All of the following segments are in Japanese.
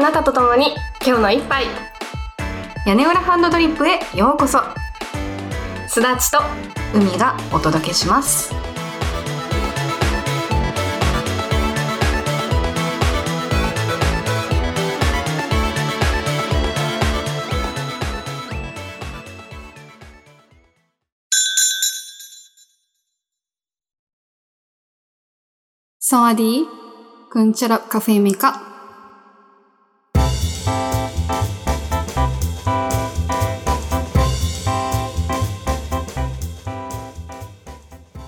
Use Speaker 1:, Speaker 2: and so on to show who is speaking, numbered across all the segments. Speaker 1: なたと共に今日の一杯
Speaker 2: 屋根裏ハンドドリップへようこそ
Speaker 1: すだちと
Speaker 2: 海がお届けしますサワディーくんちゃらカフェメカ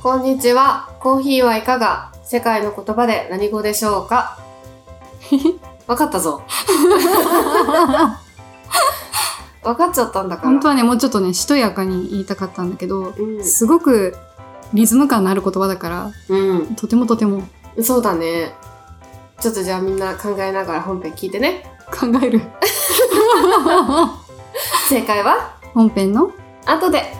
Speaker 3: こんにちは。コーヒーはいかが世界の言葉で何語でしょう かわかったぞ。わかっちゃったんだから。
Speaker 2: 本当はねもうちょっとねしとやかに言いたかったんだけど、
Speaker 3: うん
Speaker 2: すごくリズム感のある言葉だから
Speaker 3: う
Speaker 2: とてもとても
Speaker 3: ん。そうだね。ちょっとじゃあみんな考えながら本編聞いてね。
Speaker 2: 考える
Speaker 3: 正解は
Speaker 2: 本編の
Speaker 3: 後で。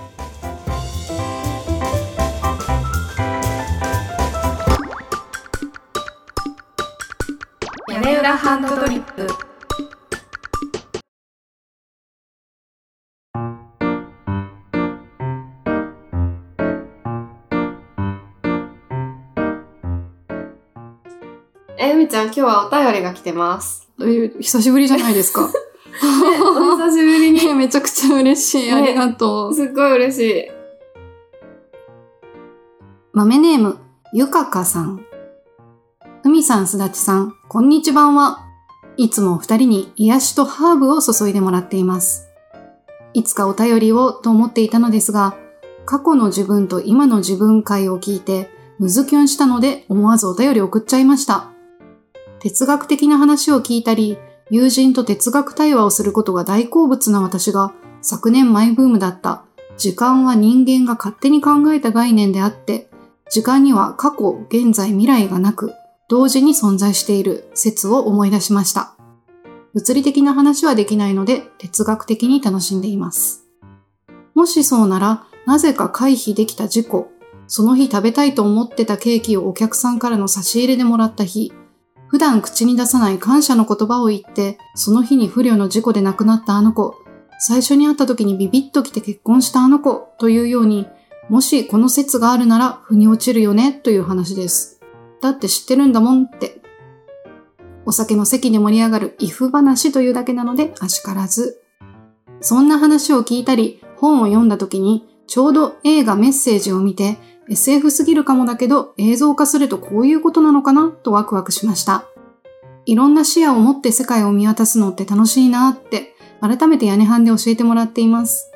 Speaker 1: 屋根裏ハンドドリップ
Speaker 3: えみちゃん、今日はお便りが来て ます。
Speaker 2: えー久しぶりじゃないで すか
Speaker 3: お久しぶりに。
Speaker 2: ねめちゃくちゃ嬉しい
Speaker 3: ね
Speaker 2: ありがとう、
Speaker 3: すっごい嬉しい。
Speaker 2: 豆ネームゆかかさん海さんすだちさんこんにちばんはいつもお二人に癒しとハーブを注いでもらっていますいつかお便りをと思っていたのですが過去の自分と今の自分会を聞いてムズキュンしたので思わずお便りを送っちゃいました哲学的な話を聞いたり友人と哲学対話をすることが大好物な私が昨年マイブームだった時間は人間が勝手に考えた概念であって時間には過去、現在、未来がなく、同時に存在している説を思い出しました。物理的な話はできないので、哲学的に楽しんでいます。もしそうなら、なぜか回避できた事故、その日食べたいと思ってたケーキをお客さんからの差し入れでもらった日、普段口に出さない感謝の言葉を言って、その日に不慮の事故で亡くなったあの子、最初に会った時にビビッと来て結婚したあの子というように、もしこの説があるなら腑に落ちるよねという話です。だって知ってるんだもんって。お酒の席で盛り上がるイフ話というだけなのであしからず。そんな話を聞いたり、本を読んだ時に、ちょうど映画メッセージを見て、SF すぎるかもだけど映像化するとこういうことなのかなとワクワクしました。いろんな視野を持って世界を見渡すのって楽しいなって、改めて屋根班で教えてもらっています。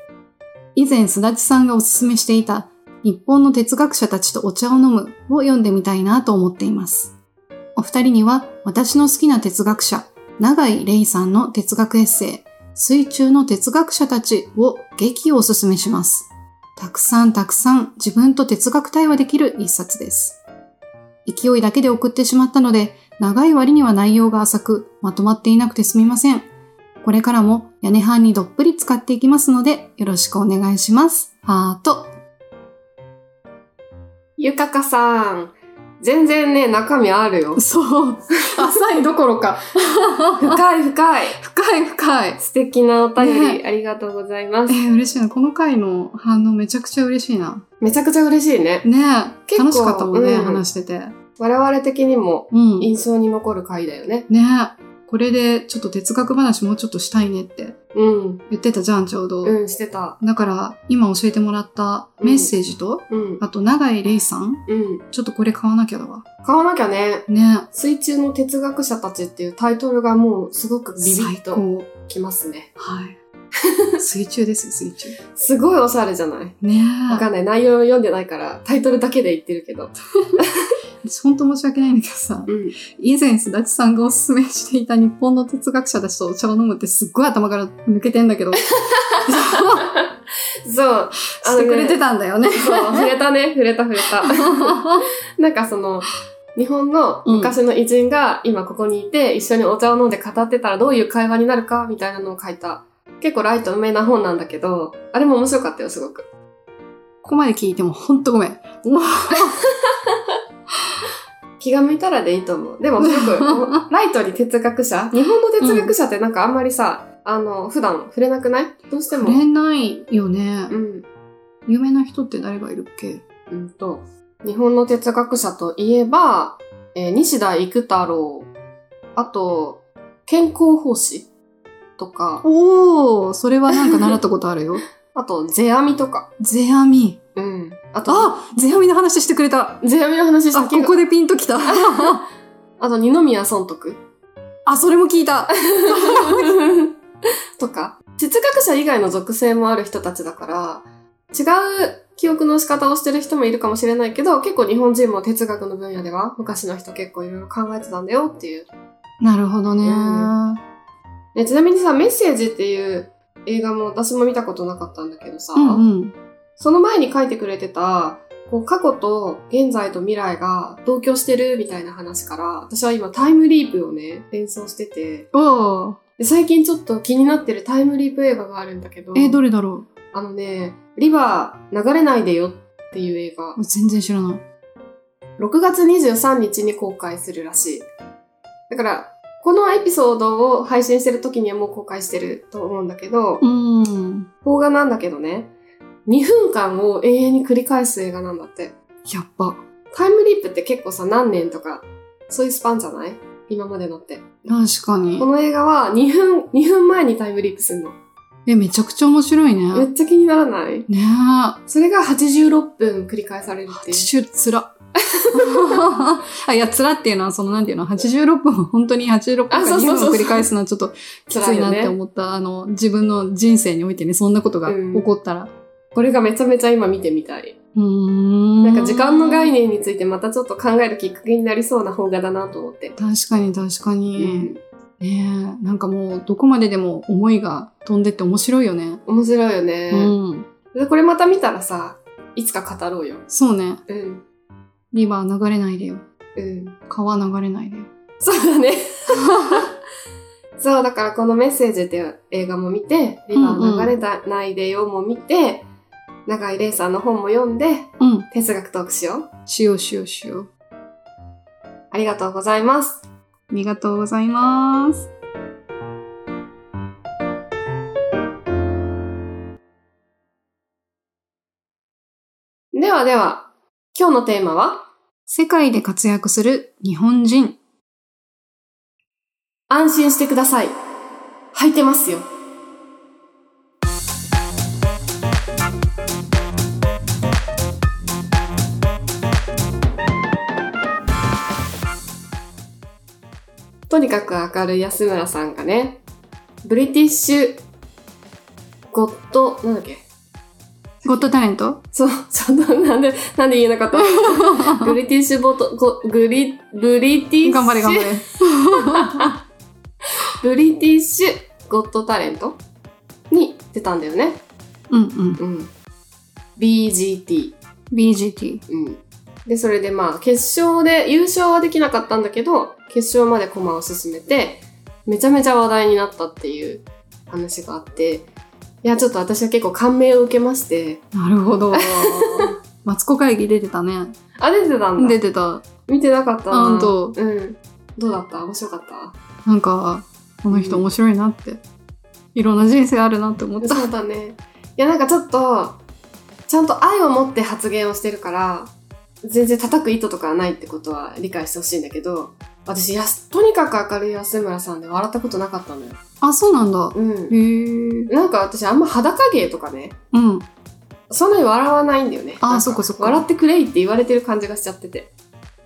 Speaker 2: 以前、すだちさんがおすすめしていた、日本の哲学者たちとお茶を飲むを読んでみたいなと思っています。お二人には、私の好きな哲学者、永井玲さんの哲学エッセイ、水中の哲学者たちを劇をおすすめします。たくさんたくさん自分と哲学対話できる一冊です。勢いだけで送ってしまったので、長い割には内容が浅く、まとまっていなくてすみません。これからも屋根班にどっぷり使っていきますので、よろしくお願いします。ハート。。
Speaker 3: ゆかかさん。全然ね、中身あるよ
Speaker 2: そう。 浅いどころか。
Speaker 3: 深い深い。
Speaker 2: 深い深い。
Speaker 3: 素敵なお便り、
Speaker 2: ね
Speaker 3: ありがとうございま
Speaker 2: え
Speaker 3: す。
Speaker 2: ー、嬉しいな。この回の反応めちゃくちゃ嬉しいな。
Speaker 3: めちゃくちゃ嬉しいね。
Speaker 2: ねえ。
Speaker 3: 結構
Speaker 2: 楽しかったもんね、
Speaker 3: うん
Speaker 2: 話してて。
Speaker 3: 我々的にも
Speaker 2: うん。ね
Speaker 3: 印象に残る回だよね。
Speaker 2: え。これでちょっと哲学話もうちょっとしたいねって
Speaker 3: うん。
Speaker 2: 言ってたじゃん、ちょうど。
Speaker 3: うん、してた。
Speaker 2: だから、今教えてもらったメッセージと、
Speaker 3: うん。
Speaker 2: あと、永井玲さん。
Speaker 3: うん。
Speaker 2: ちょっとこれ買わなきゃだわ。
Speaker 3: 買わなきゃね。
Speaker 2: ねえ。
Speaker 3: 水中の哲学者たちっていうタイトルがもうすごくビビ
Speaker 2: 最
Speaker 3: ッと
Speaker 2: 高。
Speaker 3: きますね。
Speaker 2: はい。 水中ですよ、水中。
Speaker 3: すごいおしゃれじゃない
Speaker 2: ね
Speaker 3: わかんない。内容を読んでないから、タイトルだけで言ってるけど。
Speaker 2: え。ほんと申し訳ないんだけどさ、
Speaker 3: うん。
Speaker 2: 以前、すだちさんがおすすめしていた日本の哲学者たちとお茶を飲むってすっごい頭から抜けてんだ けど、し
Speaker 3: そう。あの
Speaker 2: て
Speaker 3: ね
Speaker 2: くれてたんだよね。
Speaker 3: そう、触れたね。触れた触れた。なんかその、日本の昔の偉人が今ここにいて、一緒にお茶を飲んで語ってたらどういう会話になるかみたいなのを書いた。結構ライトめな本なんだけど、あれも面白かったよ、すごく。
Speaker 2: ここまで聞いてもほんとごめん。もう
Speaker 3: 気が向いたらでいいと思う。でも、すごく、ライトに哲学者日本の哲学者ってなんかあんまりさ、あの、普段触れなくないどうして
Speaker 2: 触れ
Speaker 3: も。
Speaker 2: ないよね
Speaker 3: う。ん。
Speaker 2: 有名な人って誰がいるっけ
Speaker 3: うんと、日本の哲学者といえば、えー西田幾太郎、あと、健康法師とか、
Speaker 2: おー、それはなんか習ったことある よ。
Speaker 3: あと、世阿弥とか。
Speaker 2: ゼアミ。
Speaker 3: うん。あと、
Speaker 2: あゼアミの話してくれた。
Speaker 3: 世阿弥の話し
Speaker 2: あ、
Speaker 3: た
Speaker 2: ここでピンと きた。
Speaker 3: あと、二宮尊徳
Speaker 2: あ、それも聞いた。
Speaker 3: とか、哲学者以外の属性もある人たちだから、違う記憶の仕方をしてる人もいるかもしれないけど、結構日本人も哲学の分野では、昔の人結構いろいろ考えてたんだよっていう。
Speaker 2: なるほどね。
Speaker 3: うんね、ちなみにさ、メッセージっていう映画も私も見たことなかったんだけどさ、
Speaker 2: うんうん。
Speaker 3: その前に書いてくれてた、こう過去と現在と未来が同居してるみたいな話から、私は今タイムリープをね、連想してて、
Speaker 2: おー。
Speaker 3: で最近ちょっと気になってるタイムリープ映画があるんだけど、
Speaker 2: えー、どれだろ
Speaker 3: あのね、リバー流れないでよっていう映画
Speaker 2: う、全然知らない。
Speaker 3: 6月23日に公開するらしい。だから、このエピソードを配信してる時にはもう公開してると思うんだけど、
Speaker 2: うん。
Speaker 3: 邦画なんだけどね、2分間を永遠に繰り返す映画なんだって。
Speaker 2: やっぱ。
Speaker 3: タイムリープって結構さ、何年とか、そういうスパンじゃない今までのって。
Speaker 2: 確かに
Speaker 3: こ。の映画は2分、2分前にタイムリープするの。
Speaker 2: え、めちゃくちゃ面白い
Speaker 3: め
Speaker 2: ね。
Speaker 3: っちゃ気にならない
Speaker 2: ねえ。
Speaker 3: それが86分繰り返されるっていう。
Speaker 2: 80つら。 あいや、つらっていうのは、その、なんていうの、86分、本当に86分か
Speaker 3: あそう
Speaker 2: 2
Speaker 3: そう
Speaker 2: 分
Speaker 3: そう
Speaker 2: を繰り返すのはちょっときついな
Speaker 3: 辛
Speaker 2: っ
Speaker 3: い
Speaker 2: て
Speaker 3: よね
Speaker 2: 思った。あの、自分の人生においてね、そんなことが
Speaker 3: うん
Speaker 2: 起こったら。
Speaker 3: これがめちゃめちゃ今見てみたい。
Speaker 2: うーん。
Speaker 3: なんか時間の概念についてまたちょっと考えるきっかけになりそうな方画だなと思って。
Speaker 2: 確かに確かに。ねえ、なんかもう、どこまででも思いが飛んでって面白いよね。
Speaker 3: 面白いよね、
Speaker 2: うん。
Speaker 3: で。これまた見たらさ、いつか語ろうよ。
Speaker 2: そうね。
Speaker 3: うん。
Speaker 2: リバー流れないでよ。
Speaker 3: うん。
Speaker 2: 川流れないでよ。
Speaker 3: そうだね。 そう、だからこのメッセージっていう映画も見て、リバ
Speaker 2: うんうん
Speaker 3: ー流れないでよも見て、永井玲さんの本も読んで、
Speaker 2: うん。
Speaker 3: 哲学トークしよう。
Speaker 2: しようしようしよう。
Speaker 3: ありがとうございます。
Speaker 2: ありがとうございます。
Speaker 3: ではでは、今日のテーマは、
Speaker 2: 世界で活躍する日本人。
Speaker 3: 安心してください。履いてますよ。とにかく明るい安村さんがね、ブリティッシュ、ゴッド、なんだっけ
Speaker 2: ゴッドタレント
Speaker 3: そう、ちょっとなんで、なんで言えなか ったブリティッシュボト、ゴグリ、ブリティッシュ、
Speaker 2: 頑張れ頑張れ。
Speaker 3: ブリティッシュゴッドタレントに出たんだよね。
Speaker 2: うんうん。
Speaker 3: うん。BGT。
Speaker 2: BGT。
Speaker 3: うん。で、それでまあ、決勝で、優勝はできなかったんだけど、決勝まで駒を進めて、めちゃめちゃ話題になったっていう話があって、いや、ちょっと私は結構感銘を受けまして、
Speaker 2: なる ほど。マツコ会議出てたね。
Speaker 3: あ、出てたんだ。
Speaker 2: 出てた。
Speaker 3: 見てなかったな。
Speaker 2: あほんと
Speaker 3: うん。どうだった面白かった
Speaker 2: なんか、この人
Speaker 3: うん
Speaker 2: 面白いなって。いろんな人生あるなって思った。
Speaker 3: そうだね。いや、なんかちょっと、ちゃんと愛を持って発言をしてるから、全然叩く意図とかはないってことは理解してほしいんだけど、私やす、とにかく明るい安村さんで笑ったことなかったのよ。
Speaker 2: あ、そうなんだ。
Speaker 3: うん。
Speaker 2: へえ。
Speaker 3: なんか私あんま裸芸とかね、
Speaker 2: うん。
Speaker 3: そんなに笑わないんだよね。
Speaker 2: あー
Speaker 3: なん
Speaker 2: そっかそっか
Speaker 3: 笑ってくれいって言われてる感じがしちゃってて。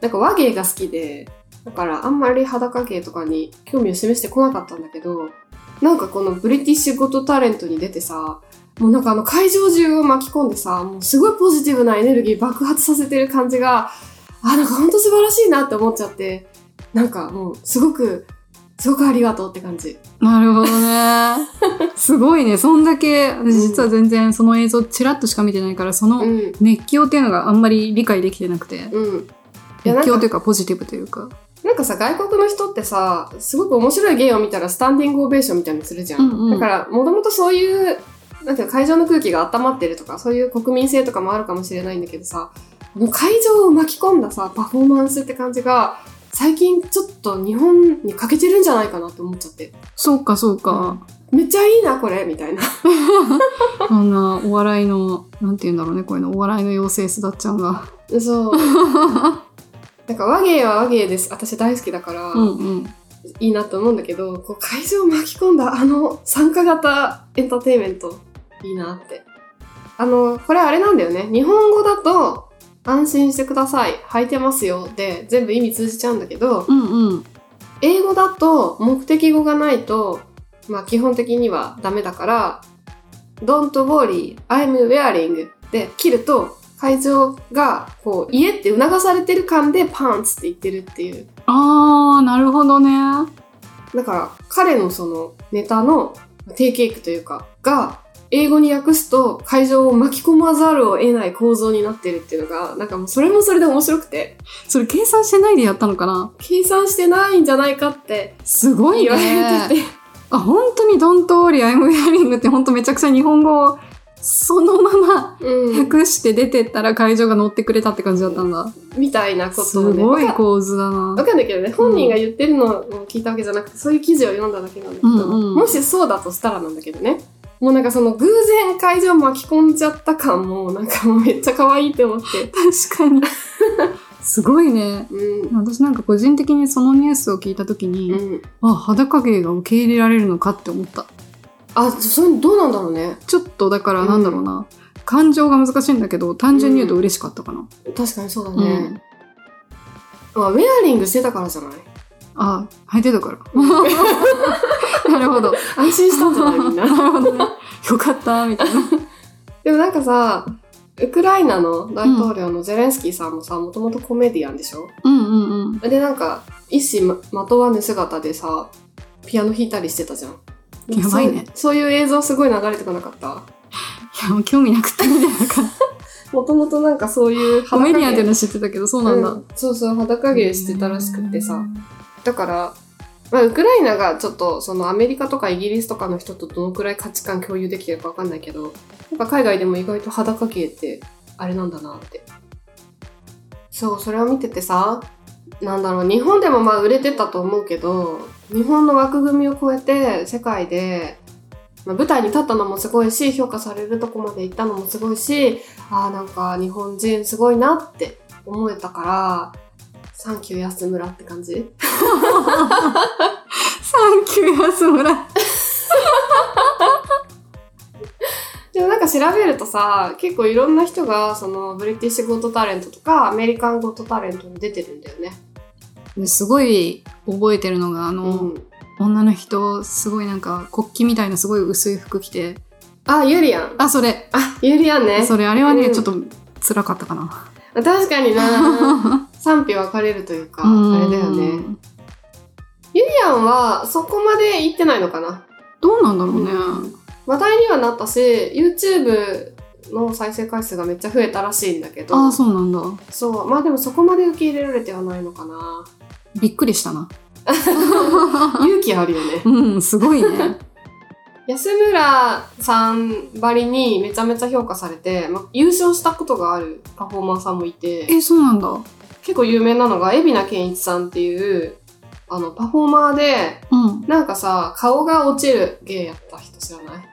Speaker 3: なんか和芸が好きで、だからあんまり裸芸とかに興味を示してこなかったんだけど、なんかこのブリティッシュゴットタレントに出てさ、もうなんかあの会場中を巻き込んでさ、もうすごいポジティブなエネルギー爆発させてる感じが、あ、なんかほんと素晴らしいなって思っちゃって、なんかもうすごく、すごくありがとうって感じ。
Speaker 2: なるほ どね。すごいね。そんだけ、私実は全然その映像チラッとしか見てないから、その
Speaker 3: ん。
Speaker 2: 熱狂っていうのがあんまり理解できてなくて。
Speaker 3: うん。いやなんか
Speaker 2: 熱狂というかポジティブというか。
Speaker 3: なんかさ、外国の人ってさ、すごく面白い芸を見たらスタンディングオベーションみたいにするじゃん。
Speaker 2: うんうん
Speaker 3: だから、もともとそういう、なんていうの会場の空気が温まってるとか、そういう国民性とかもあるかもしれないんだけどさ、この会場を巻き込んださ、パフォーマンスって感じが、最近ちょっと日本に欠けてるんじゃないかなって思っちゃって。
Speaker 2: そうか、そうか。
Speaker 3: めっちゃいいな、これみたいな。
Speaker 2: あんな、お笑いの、なんて言うんだろうね、こういうの、お笑いの妖精すだっちゃんが。
Speaker 3: そう。 なんか和芸は和芸です。私大好きだから、
Speaker 2: うんうん。
Speaker 3: いいなと思うんだけど、こう会場を巻き込んだあの参加型エンターテインメント、いいなって。あの、これあれなんだよね。日本語だと、安心してください。履いてますよ。で、全部意味通じちゃうんだけど、
Speaker 2: うんうん。
Speaker 3: 英語だと目的語がないと、まあ基本的にはダメだから、don't worry, I'm wearing で切ると、会場がこう、家って促されてる感でパンツって言ってるっていう。
Speaker 2: あー、なるほどね。う
Speaker 3: だから彼のそのネタの定型句というか、が、英語に訳すと会場を巻き込まざるを得ない構造になってるっていうのが、なんかもうそれもそれで面白くて、
Speaker 2: それ計算してないでやったのかな
Speaker 3: 計算してないんじゃないかって
Speaker 2: すごい
Speaker 3: 言われて
Speaker 2: ね。
Speaker 3: て、
Speaker 2: あ、本当に Don't worry, I'm wearing って本当めちゃくちゃ日本語をそのまま
Speaker 3: うん
Speaker 2: 訳して出てったら会場が乗ってくれたって感じだったんだ。
Speaker 3: みたいなことをね
Speaker 2: すごい構図だな
Speaker 3: わ。かんないけどね、本人が言ってるのを聞いたわけじゃなくて、そういう記事を読んだだけなんだけど、
Speaker 2: うんうん
Speaker 3: もしそうだとしたらなんだけどね。もうなんかその偶然会場巻き込んじゃった感も、なんかもうめっちゃ可愛いって思 って。
Speaker 2: 確かに。すごいね。
Speaker 3: うん。
Speaker 2: 私なんか個人的にそのニュースを聞いたときに、
Speaker 3: うん。
Speaker 2: あ、裸芸が受け入れられるのかって思った。
Speaker 3: あ、それどうなんだろうね。
Speaker 2: ちょっとだからなんだろうな、感情が難しいんだけど、単純に言うと嬉しかったかな。
Speaker 3: 確かにそうだ
Speaker 2: うん。
Speaker 3: ね。まあ、ウェアリングしてたからじゃない
Speaker 2: あ、履いてたから。 なるほど。
Speaker 3: 安心したんじゃ ないみん
Speaker 2: な
Speaker 3: な。
Speaker 2: るほどね。よかった、みたいな。
Speaker 3: でもなんかさ、ウクライナの大統領のゼレンスキーさんもさ、もともとコメディアンでしょ
Speaker 2: うんうんうん。
Speaker 3: でなんか一糸ままとわぬ姿でさピアノ弾いたりしてたじゃん
Speaker 2: やばいね
Speaker 3: そうそういう映像すごい流れてこなかった
Speaker 2: いや、もう興味なくてみたいな感じ。
Speaker 3: もともとなんかそういう
Speaker 2: コメディアンっていう
Speaker 3: の
Speaker 2: の知ってたけど、そうなんだ。
Speaker 3: そうそう裸芸してたらしくってさだから、まあ、ウクライナがちょっとそのアメリカとかイギリスとかの人とどのくらい価値観共有できてるかわかんないけどなんか海外でも意外と裸芸ってあれなんだなってそうそれを見ててさなんだろう日本でもまあ売れてたと思うけど日本の枠組みを超えて世界で、まあ、舞台に立ったのもすごいし評価されるとこまで行ったのもすごいしああなんか日本人すごいなって思えたからサンキュー安村って感じ
Speaker 2: サンキュー安村。
Speaker 3: でもなんか調べるとさ結構いろんな人がそのブリティッシュゴットタレントとかアメリカンゴットタレントに出てるんだよね。
Speaker 2: すごい覚えてるのが、あ
Speaker 3: う
Speaker 2: の、女の人、すごいなんか、国旗みたいなすごい薄い服着て。
Speaker 3: あユリアン
Speaker 2: あ、それ。
Speaker 3: あユリアンね
Speaker 2: それ、あれはね、
Speaker 3: うん
Speaker 2: ちょっと辛かったかな。
Speaker 3: 確かに な賛否分かれるというかあれだよ
Speaker 2: う
Speaker 3: ね。
Speaker 2: ん。
Speaker 3: ユリアンはそこまで行ってないのかな
Speaker 2: どうなんだろうね。
Speaker 3: 話題にはなったし YouTube の再生回数がめっちゃ増えたらしいんだけど
Speaker 2: ああ、そうなんだ。
Speaker 3: そうまあでもそこまで受け入れられてはないのか な
Speaker 2: びっくりしたな。
Speaker 3: 勇気あるよね
Speaker 2: うん、すごいね。
Speaker 3: 安村さんばりにめちゃめちゃ評価されて、ま、優勝したことがあるパフォーマーさんもいて
Speaker 2: え、そうなんだ。
Speaker 3: 結構有名なのが海老名健一さんっていうあのパフォーマーで
Speaker 2: うん。
Speaker 3: なんかさ顔が落ちる芸やった人知らない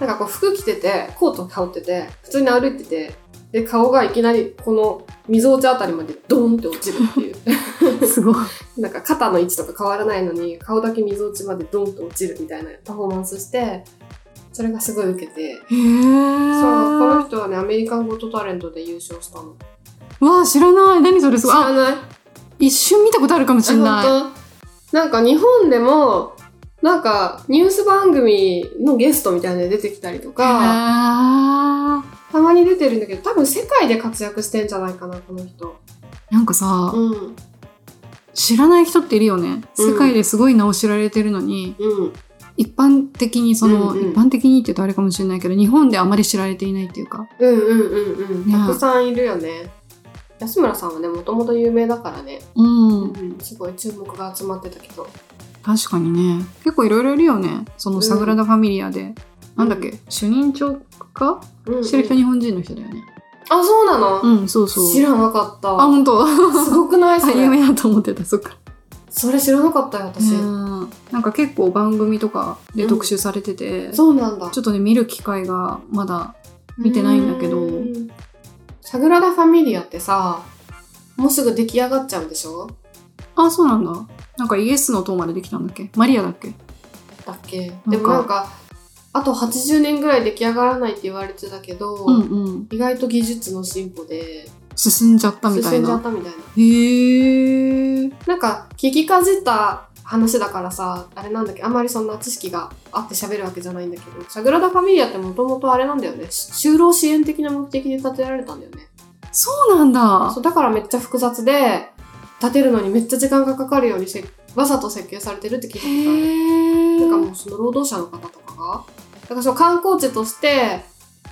Speaker 3: なんかこう服着ててコート羽織ってて普通に歩いててで顔がいきなりこの溝落ちあたりまでドンって落ちるっていう
Speaker 2: すごい。
Speaker 3: なんか肩の位置とか変わらないのに顔だけ溝落ちまでドンと落ちるみたいなパフォーマンスしてそれがすごい受けて
Speaker 2: へ
Speaker 3: そ
Speaker 2: え。
Speaker 3: う、この人はね、アメリカンゴットタレントで優勝したの。
Speaker 2: わあ、知らない。何それす
Speaker 3: 知
Speaker 2: ごい。
Speaker 3: ら
Speaker 2: あ、
Speaker 3: ない
Speaker 2: 一瞬見たことあるかもしれない。
Speaker 3: 本当なんか日本でも、なんかニュース番組のゲストみたいなので出てきたりとか、
Speaker 2: へえ。
Speaker 3: たまに出てるんだけど、多分世界で活躍してんじゃないかな、この人。
Speaker 2: なんかさ、
Speaker 3: うん。
Speaker 2: 知らない人っているよね。
Speaker 3: うん
Speaker 2: 世界ですごい名を知られてるのに、
Speaker 3: うん。
Speaker 2: 一般的にその、
Speaker 3: うんうん
Speaker 2: 一般的にって言うとあれかもしれないけど、日本であまり知られていないっていうか。
Speaker 3: うんうんうんうん。
Speaker 2: ね
Speaker 3: たくさんいるよね。安村さんはね、もともと有名だからね、
Speaker 2: うん。
Speaker 3: うんすごい注目が集まってたけど。
Speaker 2: 確かにね。結構いろいろいるよね。その、サグラダ・ファミリアで。なんだっけ主任長か
Speaker 3: うん、うん
Speaker 2: してる人日本人の人だよね。
Speaker 3: あ、そうなの、
Speaker 2: うん、そうそう。
Speaker 3: 知らなかっ
Speaker 2: あ、
Speaker 3: た。
Speaker 2: 本当。
Speaker 3: すごくないそ
Speaker 2: あ、 有
Speaker 3: れ。
Speaker 2: 名だと思ってた。そっか。
Speaker 3: それ知らなかったよ、私。
Speaker 2: うんなんか結構番組とかで特集されてて、ちょ
Speaker 3: そうなんだ。
Speaker 2: っとね、見る機会がまだ、見てないんだけど
Speaker 3: うーん。サグラダ・ファミリアってさ、もうすぐ出来上がっちゃうんでしょ
Speaker 2: あ、そうなんだ。なんかイエスの塔までできたんだっけマリアだっけ
Speaker 3: だっけ
Speaker 2: か
Speaker 3: でもなんか、あと80年ぐらい出来上がらないって言われてたけど、
Speaker 2: うんうん。
Speaker 3: 意外と技術の進歩で
Speaker 2: 進んじゃったみたい
Speaker 3: 進んじゃ
Speaker 2: な
Speaker 3: っ。たみたいな。
Speaker 2: へー。
Speaker 3: なんか、聞きかじった話だからさ、あれなんだっけ、あんまりそんな知識があって喋るわけじゃないんだけど、サグラダ・ファミリアってもともとあれなんだよね、し就労支援的な目的で建てられたんだよね。
Speaker 2: そうなんだ
Speaker 3: そう。だからめっちゃ複雑で、建てるのにめっちゃ時間がかかるようにせわざと設計されてるって聞いたことある。
Speaker 2: へ
Speaker 3: なんか
Speaker 2: ー。
Speaker 3: もうその労働者の方とかが、だからその観光地として、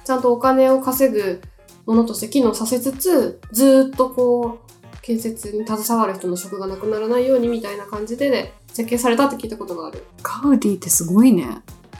Speaker 3: ちゃんとお金を稼ぐものとして機能させつつ、ずーっとこう、建設に携わる人の職がなくならないようにみたいな感じで、ね、設計されたって聞いたことがある。
Speaker 2: カウディってすごいね。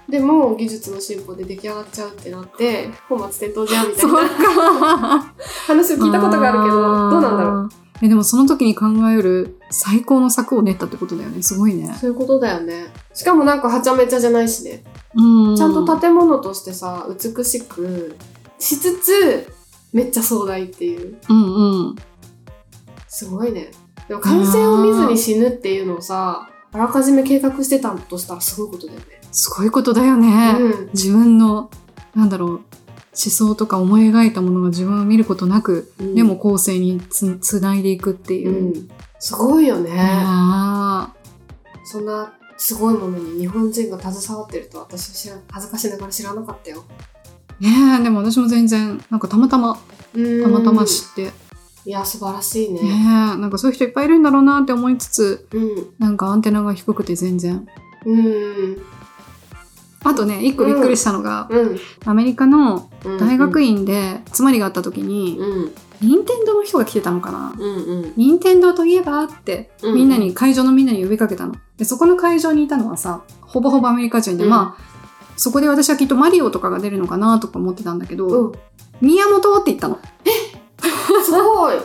Speaker 3: でも、技術の進歩で出来上がっちゃうってなって、本末転倒じゃんみたい
Speaker 2: そ
Speaker 3: な
Speaker 2: うか。
Speaker 3: 話を聞いたことがあるけど、どうなんだろう。
Speaker 2: う。え、でもその時に考える最高の策を練ったってことだよね。すごいね。
Speaker 3: そういうことだよね。しかもなんかはちゃめちゃじゃないしね。
Speaker 2: う
Speaker 3: ちゃんと建物としてさ、美しくしつつ、めっちゃ壮大っていう。
Speaker 2: うんうん。
Speaker 3: すごいね。でも完成を見ずに死ぬっていうのをさ、あらかじめ計画してたとしたらすごいことだよね。
Speaker 2: すごいことだよね。
Speaker 3: うん。
Speaker 2: 自分の、なんだろう、思想とか思い描いたものが自分を見ることなく、
Speaker 3: うん
Speaker 2: でも、後世につつないでいくっていうう。
Speaker 3: ん。すごいよね。
Speaker 2: あ
Speaker 3: そんなすごいものに日本人が携わってるとは私は知ら恥ずかしながら知らなかったよ。
Speaker 2: あ。ねえ、でも私も全然、なんかたまたま、た
Speaker 3: た
Speaker 2: またま知って、ね
Speaker 3: いや、素晴らしい
Speaker 2: え、
Speaker 3: ね。
Speaker 2: なんかそういう人いっぱいいるんだろうなって思いつつ、
Speaker 3: うん。
Speaker 2: なんかアンテナが低くて全然。
Speaker 3: うん。
Speaker 2: あとね、一個びっくりしたのが、
Speaker 3: うん。
Speaker 2: アメリカの
Speaker 3: うん。
Speaker 2: 大学院で、つまりがあった時に、
Speaker 3: うん。
Speaker 2: 任天堂の人が来てたのかな
Speaker 3: うん。うん。
Speaker 2: 任天堂といえばって、
Speaker 3: うん
Speaker 2: みんなに、会場のみんなに呼びかけたの。で、そこの会場にいたのはさ、ほぼほぼアメリカ人で、
Speaker 3: うん
Speaker 2: まあ、そこで私はきっとマリオとかが出るのかなとか思ってたんだけど、
Speaker 3: うん。
Speaker 2: 宮本って言ったの。
Speaker 3: すごい。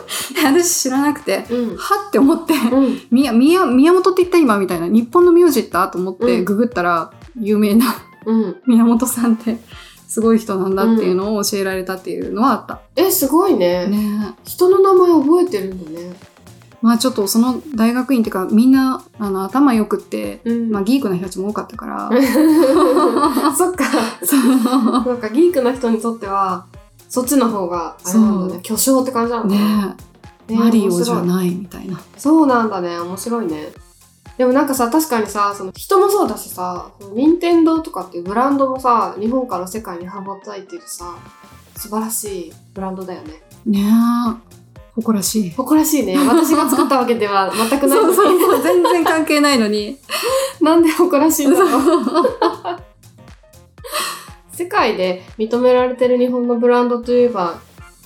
Speaker 2: 私知らなくて、
Speaker 3: うん。
Speaker 2: はって思って、
Speaker 3: うん。
Speaker 2: 宮、宮、宮本って言った今みたいな、日本の名字だと思って
Speaker 3: うん
Speaker 2: ググったら、有名な
Speaker 3: うん。
Speaker 2: 宮本さんって、すごい人なんだっていうのを教えられたっていうのはあった。
Speaker 3: え、すごいね。
Speaker 2: ねえ
Speaker 3: 人の名前覚えてるんだね。
Speaker 2: まあちょっとその大学院っていうか、みんな、あの、頭良くって、
Speaker 3: うん
Speaker 2: まあギークな人たちも多かったから、
Speaker 3: そっか。なんかギークな人にとっては、そっちの方が、あれなんだね、巨匠って感じなのかな
Speaker 2: ねえ、
Speaker 3: ね
Speaker 2: マリオじゃ
Speaker 3: 面白い
Speaker 2: ないみたいな。
Speaker 3: そうなんだね、面白いね。でもなんかさ、確かにさ、その人もそうだしさ、任天堂とかっていうブランドもさ、日本から世界に羽ばたいてるさ、素晴らしいブランドだよね。
Speaker 2: ねえ、誇らしい。
Speaker 3: 誇らしい ね。私が作ったわけでは全くないの
Speaker 2: そう
Speaker 3: に
Speaker 2: そうそう、全然関係ないの に。
Speaker 3: なんで誇らしいんだろう。 世界で認められてる日本のブランドといえば、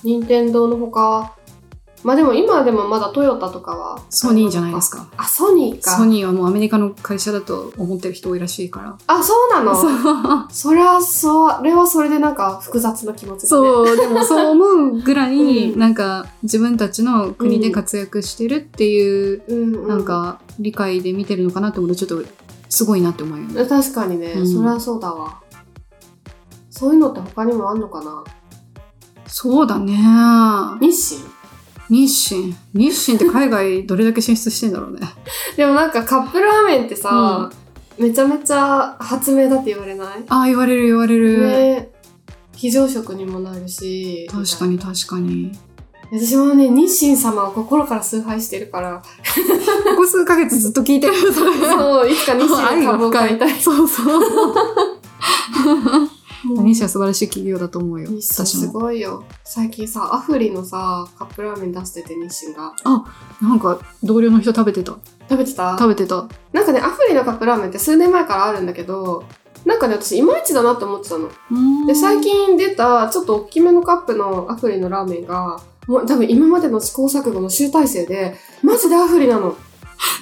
Speaker 3: 任天堂のほか、まあでも今でもまだトヨタとかは。
Speaker 2: ソニーじゃないですか。
Speaker 3: あ、ソニーか。
Speaker 2: ソニーはもうアメリカの会社だと思ってる人多いらしいから。
Speaker 3: あ、そうなの。そ
Speaker 2: そう、
Speaker 3: れは、それはそれでなんか複雑な気持ちだね。
Speaker 2: そうでもそう 思うぐらい、
Speaker 3: うん
Speaker 2: なんか自分たちの国で活躍してるっていう、
Speaker 3: うん、うん。
Speaker 2: なん。か理解で見てるのかなって思うと、ちょっとすごいなって思うよね。
Speaker 3: 確かにね、
Speaker 2: うん
Speaker 3: それはそうだわ。そういうのって他にもあんのかな
Speaker 2: そうだね。
Speaker 3: 日清
Speaker 2: 日清。日清って海外どれだけ進出してんだろうね。
Speaker 3: でもなんかカップラーメンってさ、めちゃめちゃ発明だって言われない
Speaker 2: ああ、言われる言われる。
Speaker 3: ね、非常食にもなるし
Speaker 2: 確かに確かに。
Speaker 3: 私もね日清様を心から崇拝してるから
Speaker 2: ここ数ヶ月ずっと聞いてる。そ れ
Speaker 3: そういつか日 清の株を買いたい
Speaker 2: そうそう。
Speaker 3: もう
Speaker 2: 日清は素晴らしい企業だと思うよ。
Speaker 3: 日清
Speaker 2: 私
Speaker 3: す
Speaker 2: も。
Speaker 3: ごいよ最近さアフリのさカップラーメン出してて日清が
Speaker 2: なんか、同僚の人食べてた。
Speaker 3: 食べてた
Speaker 2: 食べてた。
Speaker 3: なんかねアフリのカップラーメンって数年前からあるんだけどなんかね私いまいちだなって思ってたので最 近出たちょっと大きめのカップのアフリのラーメンがもう多分今までの試行錯誤の集大成でマジでアフリなの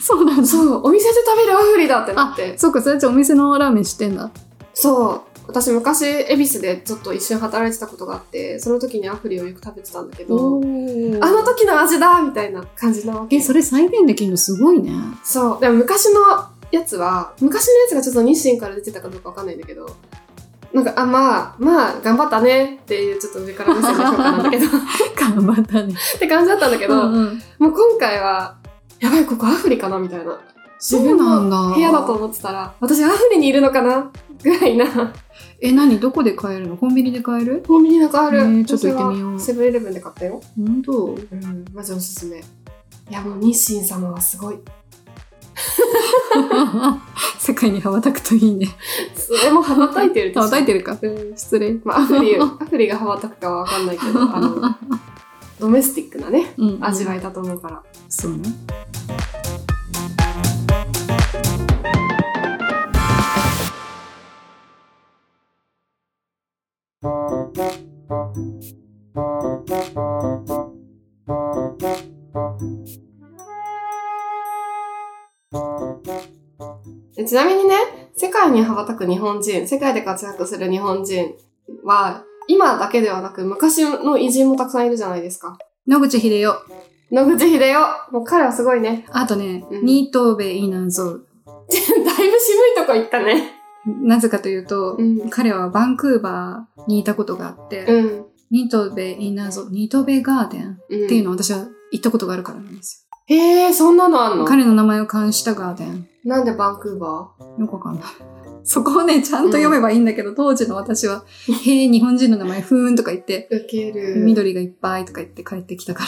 Speaker 2: そうなんだ。
Speaker 3: そう、お店で食べるアフリだってなって。
Speaker 2: そうか、それじゃお店のラーメン知ってんだ。
Speaker 3: そう。私昔、恵比寿でちょっと一瞬働いてたことがあって、その時にアフリをよく食べてたんだけど、あ
Speaker 2: あ
Speaker 3: の
Speaker 2: の
Speaker 3: 時の味だみたいな感じなわけ
Speaker 2: え、。それ再現できるのすごいね。
Speaker 3: そう。でも昔のやつは、昔のやつがちょっと日清から出てたかどうかわかんないんだけど、なんか、あ、まあ、まあ、頑張ったねっていう、ちょっと上から目線の評価なんだけど、 っ
Speaker 2: 頑張ったね。
Speaker 3: て感じだったんだけど、
Speaker 2: うんうん
Speaker 3: もう今回は、やばい、ここアフリかなみたいな。
Speaker 2: そうなんだ。
Speaker 3: 部屋だと思ってたら、私アフリにいるのかな ぐらいな。
Speaker 2: え、何どこで買えるのコンビニで買える
Speaker 3: コンビニなんかある。
Speaker 2: ねえちょっと行ってみよう
Speaker 3: 私はセブンイレブンで買ったよ。
Speaker 2: 本当
Speaker 3: うん、マジおすすめ。いや、もう日清様はすごい。
Speaker 2: 世界に羽ばたくといい ね。
Speaker 3: それも羽ばたいてるでしょ。
Speaker 2: 羽ばたいてるか。
Speaker 3: うん。
Speaker 2: 失礼。
Speaker 3: まあ、ア フリ、アフリが羽ばたくかはわかんないけど、あの、ドメスティックなね、
Speaker 2: うん
Speaker 3: 味わいだと思うから。
Speaker 2: そうね。
Speaker 3: でちなみにね、世界に羽ばたく日本人、世界で活躍する日本人は、今だけではなく、昔の偉人もたくさんいるじゃないですか。
Speaker 2: 野口英世。
Speaker 3: 野口英世もう彼はすごい ね。
Speaker 2: あとね、
Speaker 3: うん
Speaker 2: ニートーベイナンゾウ。
Speaker 3: だいぶ渋いとこ行ったね。
Speaker 2: なぜかというと、
Speaker 3: うん。
Speaker 2: 彼はバンクーバーにいたことがあって、
Speaker 3: うん。
Speaker 2: ニートーベイナンゾウ、ニートーベイガーデンっ
Speaker 3: うん、
Speaker 2: ていうのを私は行ったことがあるからなんです
Speaker 3: へえ、そんなのあん
Speaker 2: よ。
Speaker 3: の
Speaker 2: 彼の名前を冠したガーデン。
Speaker 3: なんでバンクーバー
Speaker 2: よくわかんない。そこをね、ちゃんと読めばいいんだけど、当時の私は、へえ、日本人の名前、ふーんとか言って、
Speaker 3: 受ける。
Speaker 2: 緑がいっぱいとか言って帰ってきたか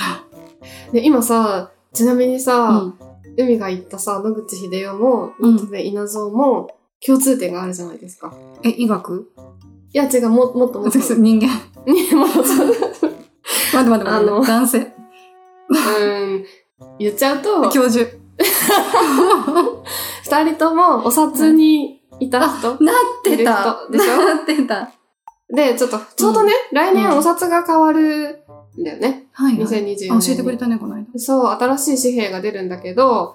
Speaker 3: で、今さ、ちなみに
Speaker 2: ら。う
Speaker 3: さ、
Speaker 2: ん。
Speaker 3: 海が行ったさ、野口英世も、
Speaker 2: うん
Speaker 3: 渡辺稲造も、共通点があるじゃないですか。
Speaker 2: え、医学
Speaker 3: いや、違 う、ももっともっと。
Speaker 2: 私、人間。
Speaker 3: ねもっと
Speaker 2: 待って待って待って。
Speaker 3: あの
Speaker 2: 男性。
Speaker 3: うん。言っちゃう と、
Speaker 2: 教授。
Speaker 3: 二人ともお札にいた人。
Speaker 2: なってた
Speaker 3: でしょ
Speaker 2: なってた。
Speaker 3: で、ちょっと、ちょうどね、来年お札が変わるんだよね。
Speaker 2: はい、はい。
Speaker 3: 2024年に。
Speaker 2: あ教えてくれたね、この間。
Speaker 3: そう、新しい紙幣が出るんだけど、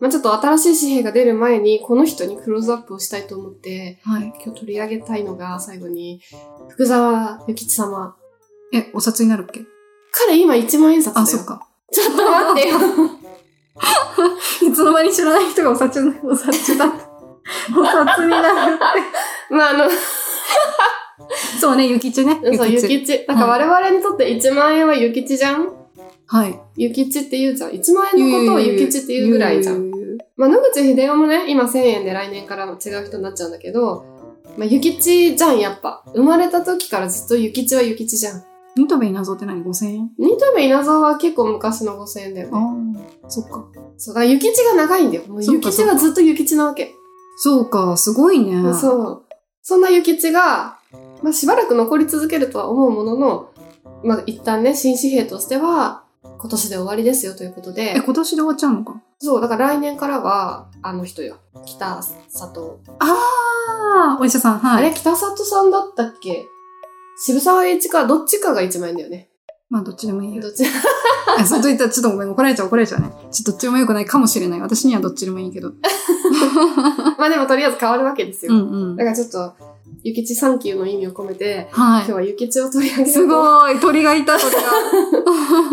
Speaker 3: まあ、ちょっと新しい紙幣が出る前に、この人にクローズアップをしたいと思って、
Speaker 2: はい。
Speaker 3: 今日取り上げたいのが最後に、福沢諭吉様。
Speaker 2: え、お札になるっけ
Speaker 3: 彼今一万円札だよ。
Speaker 2: あ、そっ。か。
Speaker 3: ちょっと待 ってよ。
Speaker 2: いつの間に知らない人がお札、お札だった。お札になる。
Speaker 3: まあ、あの、
Speaker 2: そうね、ゆきちね。
Speaker 3: そう、諭
Speaker 2: ち。
Speaker 3: 吉。なんか
Speaker 2: は
Speaker 3: 我々にとって一万円は諭吉じゃん
Speaker 2: はい。
Speaker 3: 諭吉って言うじゃん。一万円のことを諭吉って言うぐらいじゃん。
Speaker 2: ゆうゆうゆう
Speaker 3: まあ、野口英世もね、今1000円で来年から違う人になっちゃうんだけど、まあ、諭吉じゃん、やっぱ。生まれた時からずっと諭吉は諭吉じゃん。
Speaker 2: ニトベイナゾって何 ?5000 円
Speaker 3: ニトベ稲造は結構昔の5000円だよ
Speaker 2: あ
Speaker 3: ね。
Speaker 2: あ、そっか。
Speaker 3: そう、だから諭吉が長いんだよ。もう
Speaker 2: そっ
Speaker 3: 諭
Speaker 2: か
Speaker 3: 吉はずっと諭吉なわけ。
Speaker 2: そうか、すごいね。
Speaker 3: そう。そんな諭吉が、まあ、しばらく残り続けるとは思うものの、まあ、一旦ね、新紙幣としては、今年で終わりですよということで
Speaker 2: え、、今年で終わっちゃうのか。
Speaker 3: そう、だから来年からは、あの人よ。北里。
Speaker 2: ああ、お医者さん、
Speaker 3: あ
Speaker 2: はい。
Speaker 3: れ、北里さんだったっけ渋沢栄一か、どっちかが一万円だよね。
Speaker 2: まあ、どっちでもいいよ。
Speaker 3: どっち
Speaker 2: あそうと言ったら、ちょっとごめん、怒られちゃう、怒られちゃうね。ちょっとどっちでもよくないかもしれない。私にはどっちでもいいけど。
Speaker 3: まあでもとりあえず変わるわけです
Speaker 2: う
Speaker 3: よ。
Speaker 2: んうん
Speaker 3: だ。からちょっと、ゆきちサンキューの意味を込めて、
Speaker 2: は
Speaker 3: 今日はゆきちを取り上げ
Speaker 2: い。
Speaker 3: る
Speaker 2: す
Speaker 3: と
Speaker 2: ごい、鳥がいた、鳥が。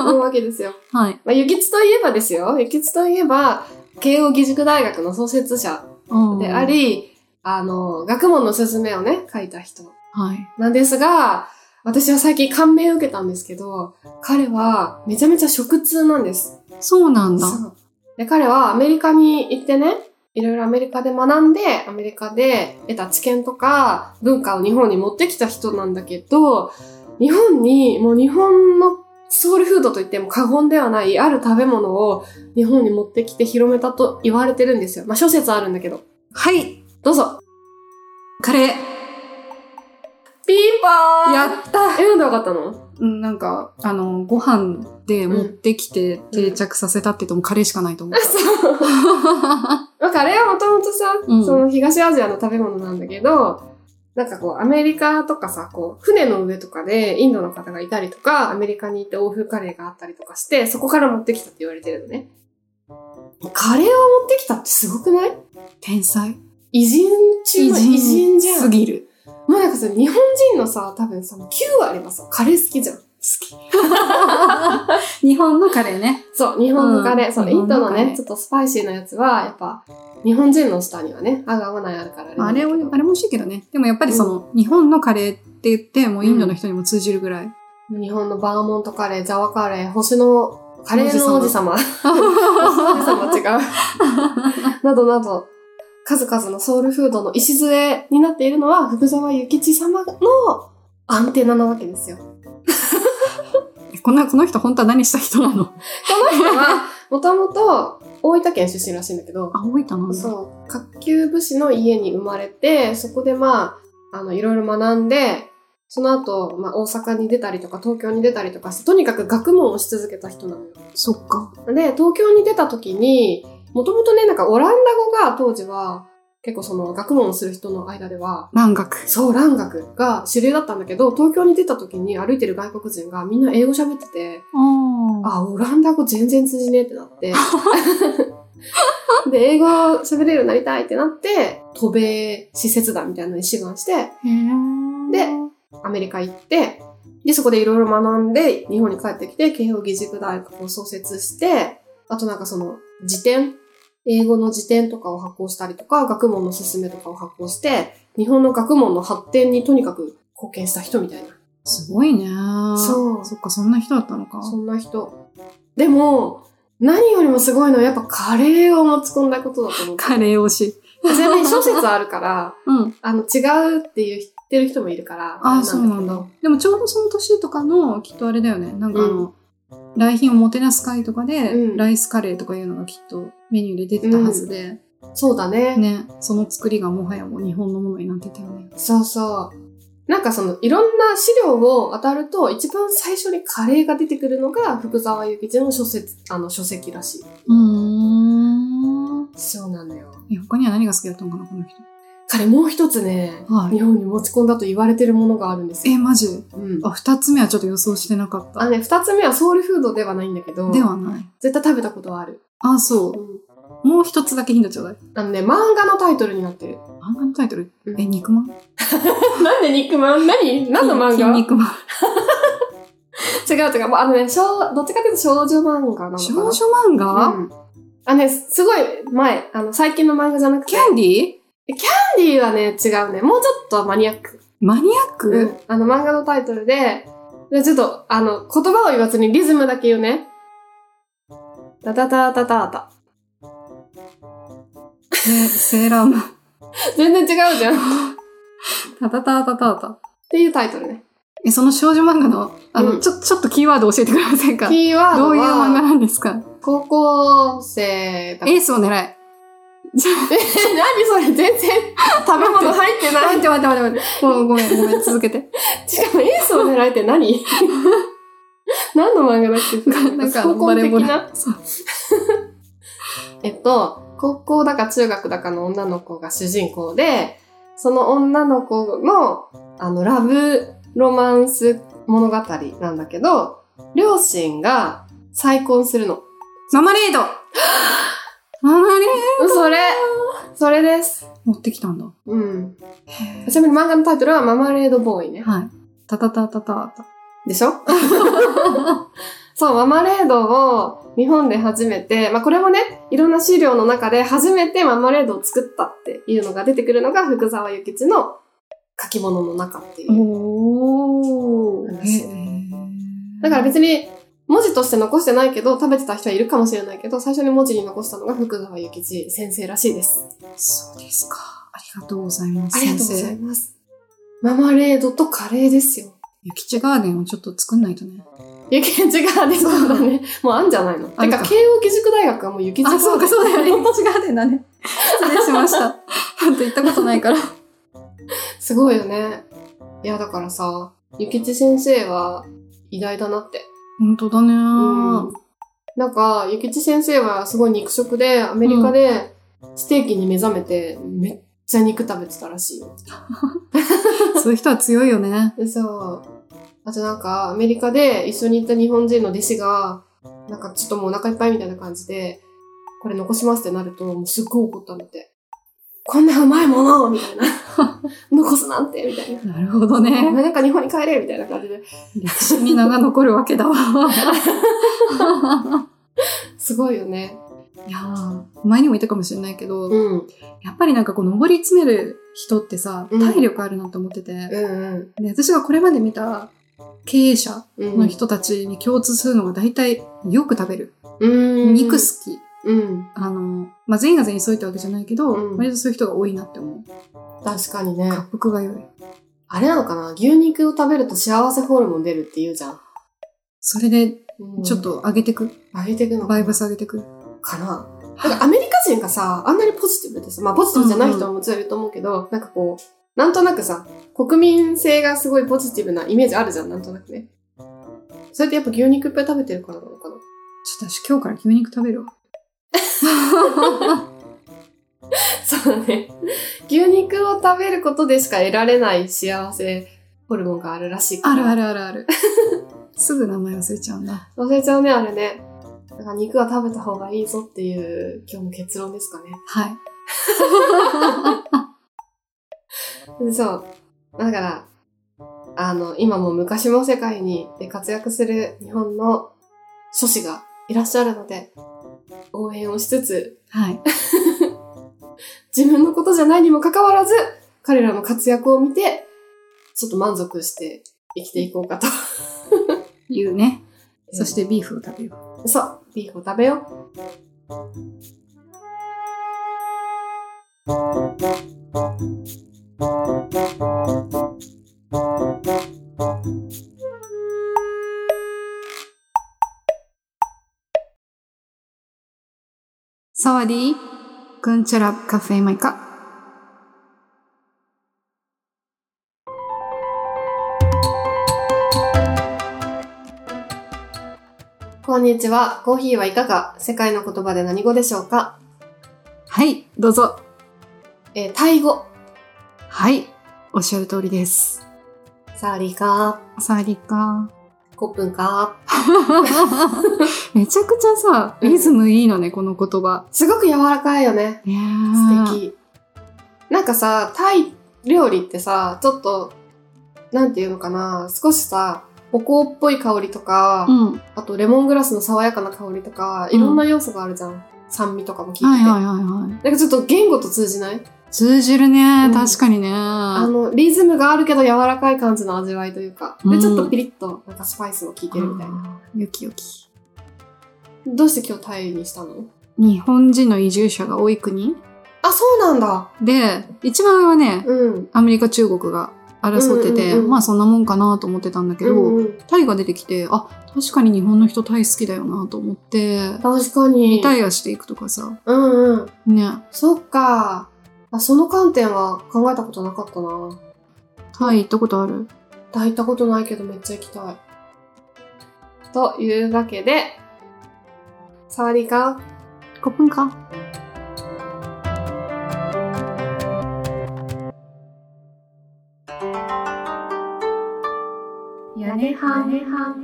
Speaker 3: 思うわけですよ。
Speaker 2: はい。
Speaker 3: まあ、ゆきちといえばですよ。ゆきちといえば、慶応義塾大学の創設者
Speaker 2: うん
Speaker 3: であ。り、あの、学問の勧めをね、書いた人
Speaker 2: はい。
Speaker 3: なんですが、私は最近感銘を受けたんですけど、彼はめちゃめちゃ食通なんです。
Speaker 2: そうなんだ。
Speaker 3: そう。で、彼はアメリカに行ってね、いろいろアメリカで学んで、アメリカで得た知見とか文化を日本に持ってきた人なんだけど、日本に、もう日本のソウルフードと言っても過言ではないある食べ物を日本に持ってきて広めたと言われてるんですよ。まあ諸説あるんだけど。
Speaker 2: はい。
Speaker 3: どうぞ。
Speaker 2: カレー。
Speaker 3: ピンポーン
Speaker 2: やった
Speaker 3: え、なんでわかったの
Speaker 2: うんなんか、あの、ご飯で持ってきて定着させたって言ってもカレーしかないと思う。
Speaker 3: まあ、カレーはもともとさ、
Speaker 2: うん
Speaker 3: その東アジアの食べ物なんだけど、なんかこう、アメリカとかさ、こう、船の上とかでインドの方がいたりとか、アメリカに行って欧風カレーがあったりとかして、そこから持ってきたって言われてるのね。カレーを持ってきたってすごくない
Speaker 2: 天才。
Speaker 3: 偉人中の偉人じゃ
Speaker 2: す
Speaker 3: ん。
Speaker 2: ぎる。
Speaker 3: もうなんかさ、日本人のさ、多分さ、9割はさ、カレー好きじゃん。好き。
Speaker 2: 日本のカレーね。
Speaker 3: そう、日本のカレー。
Speaker 2: うん
Speaker 3: そのイ
Speaker 2: 日
Speaker 3: ン
Speaker 2: 本
Speaker 3: ド
Speaker 2: の
Speaker 3: の
Speaker 2: カレー
Speaker 3: ね、ちょっとスパイシーなやつは、やっぱ、日本人の舌にはね、合う合わないあるから
Speaker 2: あれ
Speaker 3: を
Speaker 2: おいあれも美味しいけどね。でもやっぱりその、日本のカレーって言って、もうインドの人にも通じるぐらい。
Speaker 3: 日本のバーモントカレー、ジャワカレー、星の、カレーの王
Speaker 2: 王
Speaker 3: 子
Speaker 2: 子
Speaker 3: 様。星の王子様違う。などなど、数々のソウルフードの礎になっているのは、福沢諭吉様のアンテナなわけ ですよ。
Speaker 2: こんな、この人本当は何した人なの
Speaker 3: もともと、大分県出身らしいんだけど、
Speaker 2: あ、大分なんだ。
Speaker 3: そう、下級武士の家に生まれて、そこでまあ、あの、いろいろ学んで、その後、まあ、大阪に出たりとか、東京に出たりとかして、とにかく学問をし続けた人なのよ。
Speaker 2: そっか。
Speaker 3: で、東京に出た時に、もともとね、なんかオランダ語が当時は、結構その学問をする人の間では、
Speaker 2: 蘭学。
Speaker 3: そう、蘭学が主流だったんだけど、東京に出た時に歩いてる外国人がみんな英語喋ってて、
Speaker 2: あ
Speaker 3: あ、オランダ語全然通じねえってなって。で、英語喋れるようになりたいってなって、渡米使節団みたいなのに志願して、
Speaker 2: あ。へえ。
Speaker 3: でアメリカ行って、で、そこでいろいろ学んで、日本に帰ってきて、慶応義塾大学を創設して、あとなんかその、辞典、英語の辞典とかを発行したりとか、学問の勧めとかを発行して、日本の学問の発展にとにかく貢献した人みたいな。
Speaker 2: すごいね。
Speaker 3: そう
Speaker 2: そっか、そんな人だったのか。
Speaker 3: そんな人。でも、何よりもすごいのはやっぱカレーを持ち込んだことだと思う。
Speaker 2: カレー推し。
Speaker 3: ちなみに諸説あるから、
Speaker 2: うん。
Speaker 3: あの、違うっていう知ってる人もいるから。
Speaker 2: あ
Speaker 3: れ
Speaker 2: あ、
Speaker 3: けど
Speaker 2: そうなんだ。。でもちょうどその年とかの、きっとあれだよね。なんかあの、来賓をもてなす会とかで、
Speaker 3: うん
Speaker 2: ライスカレーとかいうのがきっとメニューで出てたはずで、
Speaker 3: そうだね。
Speaker 2: ね、その作りがもはやもう日本のものになってたよね。
Speaker 3: そうそう。なんかその、いろんな資料を当たると、一番最初にカレーが出てくるのが、福沢諭吉の書説、あの、書籍らしい。
Speaker 2: うーん。
Speaker 3: そうなのよ。
Speaker 2: え他には何が好きだったのかな、この人。
Speaker 3: カレーもう一つね、
Speaker 2: はい
Speaker 3: 日本に持ち込んだと言われてるものがあるんですよ。
Speaker 2: え、マジ
Speaker 3: うん。
Speaker 2: あ、二つ目はちょっと予想してなかっ
Speaker 3: あ
Speaker 2: た。
Speaker 3: のね、二つ目はソウルフードではないんだけど、
Speaker 2: ではない。
Speaker 3: 絶対食べたことはある。
Speaker 2: あ、そうう。
Speaker 3: ん。
Speaker 2: もう一つだけヒントちょうだい。
Speaker 3: あのね、漫画のタイトルになってる。
Speaker 2: 漫画のタイトル
Speaker 3: うん
Speaker 2: え、肉まん
Speaker 3: なんで肉まん何何の漫画
Speaker 2: 筋筋肉まん。
Speaker 3: 違う違う。もうあのね、少どっちかというと少女漫画なのかな。
Speaker 2: 少女漫画、
Speaker 3: うんあのね、すごい前、あの、最近の漫画じゃなくて、キ
Speaker 2: キ
Speaker 3: ャ
Speaker 2: ャンディー
Speaker 3: ンディーはね、違うね。もうちょっとマニアック。
Speaker 2: マニアック、
Speaker 3: うんあの、漫画のタイトルで、でちょっと、あの、言葉を言わずにリズムだけ言うね。タタタタタタ。
Speaker 2: ねセーラームーン。
Speaker 3: 全然違うじゃん。っ
Speaker 2: タタタタタタ。
Speaker 3: ていうタイトルね。
Speaker 2: え、その少女漫画の、あの、
Speaker 3: うん
Speaker 2: ちょ、ちょっとキーワード教えてくれませんか
Speaker 3: キーワー
Speaker 2: ど
Speaker 3: ド
Speaker 2: ういう漫画
Speaker 3: は、
Speaker 2: なんですか
Speaker 3: 高校生だ。
Speaker 2: エースを狙え。
Speaker 3: え、何それ全然食べ物入ってない
Speaker 2: 待っ。て待って待って待って。ごめんごめんごめん、続けて。
Speaker 3: しかもエースを狙えって 何何の漫画だっけ
Speaker 2: なんか、
Speaker 3: 高校的
Speaker 2: ボレ
Speaker 3: な
Speaker 2: ーボーそう
Speaker 3: えっと、高校だか中学だかの女の子が主人公で、その女の子の、あの、ラブロマンス物語なんだけど、両親が再婚するの。
Speaker 2: ママレードママレー
Speaker 3: それそれです。
Speaker 2: ド持ってきたんだ。
Speaker 3: うん。ちなみに漫画のタイトルはママレードボーイね。
Speaker 2: はい。タタタタタタ。
Speaker 3: でしょ そう、ママレードを日本で初めて、まあこれもね、いろんな資料の中で初めてママレードを作ったっていうのが出てくるのが福沢諭吉の書き物の中っていう。
Speaker 2: お
Speaker 3: ー
Speaker 2: へ
Speaker 3: だから別に文字として残してないけど、食べてた人はいるかもしれないけど、最初に文字に残したのが福沢諭吉先生らしいです。
Speaker 2: そうですか。ありがとうございます。
Speaker 3: ありがとうござい
Speaker 2: 先生。
Speaker 3: ます。ママレードとカレーですよ。
Speaker 2: ゆきちガーデンをちょっと作んないとね。
Speaker 3: ゆきちがね、そうだね。もうあんじゃないの。
Speaker 2: あ
Speaker 3: て
Speaker 2: るか
Speaker 3: か、慶応義塾大学はもうゆきち
Speaker 2: あ、そうか、そうだよね。ゆきちガーデンだね。失礼しました。ほんと行ったことないから。
Speaker 3: すごいよね。いや、だからさ、ゆきち先生は偉大だなって。
Speaker 2: ほんとだ
Speaker 3: う
Speaker 2: ね
Speaker 3: ん。なんか、ゆきち先生はすごい肉食で、アメリカでステーキに目覚めて、めっちゃ肉食べてたらしいよ。
Speaker 2: そういう人は強いよね。
Speaker 3: そう。あとなんか、アメリカで一緒に行った日本人の弟子が、なんかちょっともうお腹いっぱいみたいな感じで、これ残しますってなると、もうすっごい怒ったんだって。こんなうまいものをみたいな。 残すなんてみた いな。
Speaker 2: なるほど
Speaker 3: お
Speaker 2: ね。
Speaker 3: 前なんか日本に帰れみたいな感じで。
Speaker 2: 歴史に名が残るわけだわ。
Speaker 3: すごいよね。
Speaker 2: いやー前にも言ったかもしれないけど、
Speaker 3: うん。うん
Speaker 2: やっぱりなんかこう、登り詰める人ってさ、
Speaker 3: うん
Speaker 2: 体力あるなと思ってて、
Speaker 3: うん。
Speaker 2: で私がこれまで見た経営者
Speaker 3: うん、
Speaker 2: の人たちに共通するのが大体、よく食べる。
Speaker 3: うん。
Speaker 2: 肉好き。
Speaker 3: うん。
Speaker 2: あの、まあ、全員が全員そういったわけじゃないけど、
Speaker 3: うん
Speaker 2: 割とそういう人が多いなって思う。
Speaker 3: 確かにね。
Speaker 2: 滑腹が良い。
Speaker 3: あれなのかな牛肉を食べると幸せホルモン出るって言うじゃん。
Speaker 2: それで、
Speaker 3: うん
Speaker 2: ちょっ。と上げてく。
Speaker 3: 上げていくの
Speaker 2: バイブス上げてく。
Speaker 3: かな。なんかアメリカ人がさ、あんなにポジティブでさ、まあポジティブじゃない人ももちろんいると思うけど、なんかこう、なんとなくさ、国民性がすごいポジティブなイメージあるじゃん、なんとなくね。それってやっぱ牛肉いっぱい食べてるからなのかな。
Speaker 2: ちょっと私今日から牛肉食べるわ。
Speaker 3: そうだね。牛肉を食べることでしか得られない幸せホルモンがあるらしいから。
Speaker 2: ある
Speaker 3: る。
Speaker 2: あるあるある。すぐ名前忘れちゃうんだ。
Speaker 3: 忘れちゃうね、あれね。だから肉は食べた方がいいぞっていう今日の結論ですかね。
Speaker 2: はい。
Speaker 3: そう。だから、あの、今も昔も世界にで活躍する日本の諸子がいらっしゃるので、応援をしつつ、
Speaker 2: はい。
Speaker 3: 自分のことじゃないにもかかわらず、彼らの活躍を見て、ちょっと満足して生きていこうかと。
Speaker 2: 言うね。そしてビーフを食べるわ。
Speaker 3: そう、ビーフを食べよう。
Speaker 2: サワディー、クンチャラカフェマイカ。
Speaker 3: こんにちは。コーヒーはいかが世界の言葉で何語でしょうか
Speaker 2: はい、どうぞ。
Speaker 3: えータイ語。
Speaker 2: はい。おっしゃる通りです。
Speaker 3: サーリーか
Speaker 2: サワディーか。
Speaker 3: コップンか
Speaker 2: めちゃくちゃさ、リズムいいのね、この言葉。
Speaker 3: すごく柔らかいよね。
Speaker 2: いや
Speaker 3: 素
Speaker 2: ー。
Speaker 3: 敵。なんかさ、タイ料理ってさ、ちょっと、なんていうのかな、少しさ、お香っぽい香りとか、
Speaker 2: うん。はい
Speaker 3: あとレモングラスの爽やかな香りとか、
Speaker 2: うん
Speaker 3: いろんな要素があるじゃん。酸味とかも効いてて。
Speaker 2: はいはいはい。
Speaker 3: なんかちょっと言語と通じない
Speaker 2: 通じるね、
Speaker 3: うん
Speaker 2: 確かにね。
Speaker 3: あの、リズムがあるけど柔らかい感じの味わいというか、
Speaker 2: う
Speaker 3: で、
Speaker 2: ん
Speaker 3: ちょっとピリッと、なんかスパイスも効いてるみたいな。
Speaker 2: な。よきよき。
Speaker 3: どうして今日タイにしたの
Speaker 2: 日本人の移住者が多い国
Speaker 3: あ、そうなんだ。
Speaker 2: で、一番上はね、
Speaker 3: うん。
Speaker 2: アメリカ、中国が争ってて、
Speaker 3: うんうんうん
Speaker 2: まあそんなもんかなと思ってたんだけ
Speaker 3: う
Speaker 2: ど、
Speaker 3: んうん、
Speaker 2: タイが出てきて、あ、確かに日本の人タイ好きだよなと思って、
Speaker 3: 確かに。
Speaker 2: リタイアしていくとかさ、
Speaker 3: うんうん。
Speaker 2: ね、
Speaker 3: そっか。あ、その観点は考えたことなかったな。
Speaker 2: タイ行ったことある
Speaker 3: 抱いたことないけどめっちゃ行きたい。というわけで、サワリカ
Speaker 2: 5分か
Speaker 1: 屋根はねは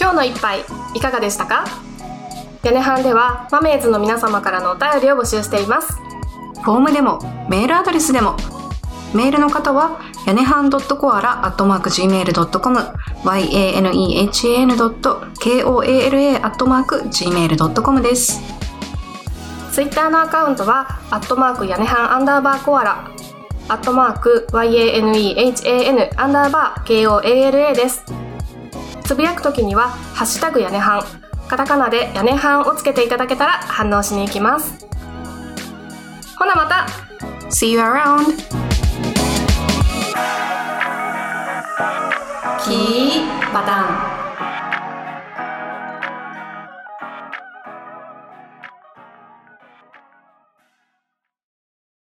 Speaker 1: 今日の一杯いかがでしたか屋根班ではマメーズの皆様からのお便りを募集しています
Speaker 4: フォームでもメールアドレスでもメールの方はやねはん .coala.gmail.com yanehan.koala.gmail.com です
Speaker 1: ツイッターのアカウントは、アットマーク屋根半アンダーバーコアラ、アットマーク YANEHAN アンダーバー KOALA です。つぶやくときには、ハッシュタグ屋根半、カタカナで屋根半をつけていただけたら反応しに行きます。ほなまた
Speaker 4: See you around!